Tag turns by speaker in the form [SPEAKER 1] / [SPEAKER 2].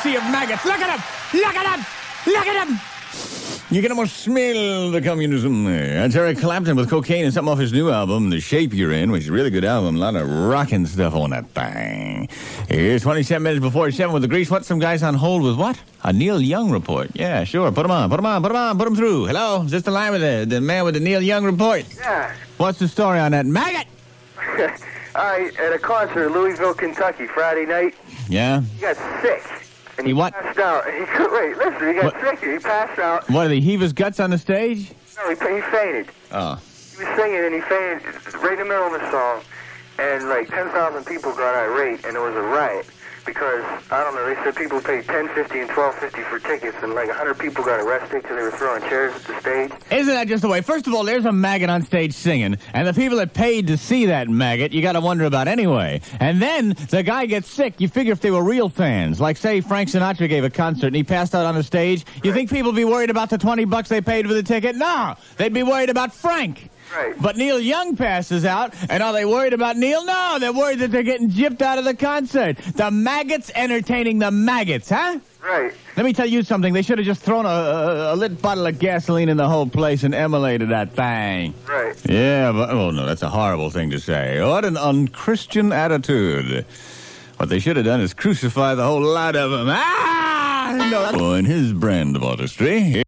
[SPEAKER 1] sea of maggots. Look at them! Look at them! Look at them!
[SPEAKER 2] You can almost smell the communism there. That's Eric Clapton with cocaine and something off his new album, The Shape You're In, which is a really good album. A lot of rocking stuff on that thing. Here's 27 minutes before 7 with the grease. What? Some guys on hold with what? A Neil Young report. Yeah, sure. Put 'em on, Put 'em on, Put 'em on, Put 'em through. Hello? Is this the line with the, the man with the Neil Young report?
[SPEAKER 3] Yeah.
[SPEAKER 2] What's the story on that maggot?
[SPEAKER 3] I at a concert in Louisville, Kentucky, Friday night.
[SPEAKER 2] Yeah?
[SPEAKER 3] He got sick. And
[SPEAKER 2] He what?
[SPEAKER 3] passed out. He, wait, listen. He got
[SPEAKER 2] What?
[SPEAKER 3] sick. And he passed out.
[SPEAKER 2] What, did he heave his guts on the stage?
[SPEAKER 3] No, he, he fainted.
[SPEAKER 2] Oh.
[SPEAKER 3] He was singing and he fainted right in the middle of the song. And like 10,000 people got irate, and it was a riot because I don't know. They said people paid 10.50 and 12.50 for tickets, and like 100 people got arrested because they were throwing chairs at the stage.
[SPEAKER 2] Isn't that just the way? First of all, there's a maggot on stage singing, and the people that paid to see that maggot, you got to wonder about anyway. And then the guy gets sick. You figure if they were real fans, like say Frank Sinatra gave a concert and he passed out on the stage, you think people would be worried about the twenty bucks they paid for the ticket? No, they'd be worried about Frank.
[SPEAKER 3] Right.
[SPEAKER 2] But Neil Young passes out, and are they worried about Neil? No, they're worried that they're getting gypped out of the concert. The maggots entertaining the maggots, huh?
[SPEAKER 3] Right.
[SPEAKER 2] Let me tell you something. They should have just thrown a, a, a lit bottle of gasoline in the whole place and emulated that thing.
[SPEAKER 3] Right.
[SPEAKER 2] Yeah, but oh no, that's a horrible thing to say. What an unchristian attitude. What they should have done is crucify the whole lot of them. Ah! No, that's... Oh, in his brand of artistry.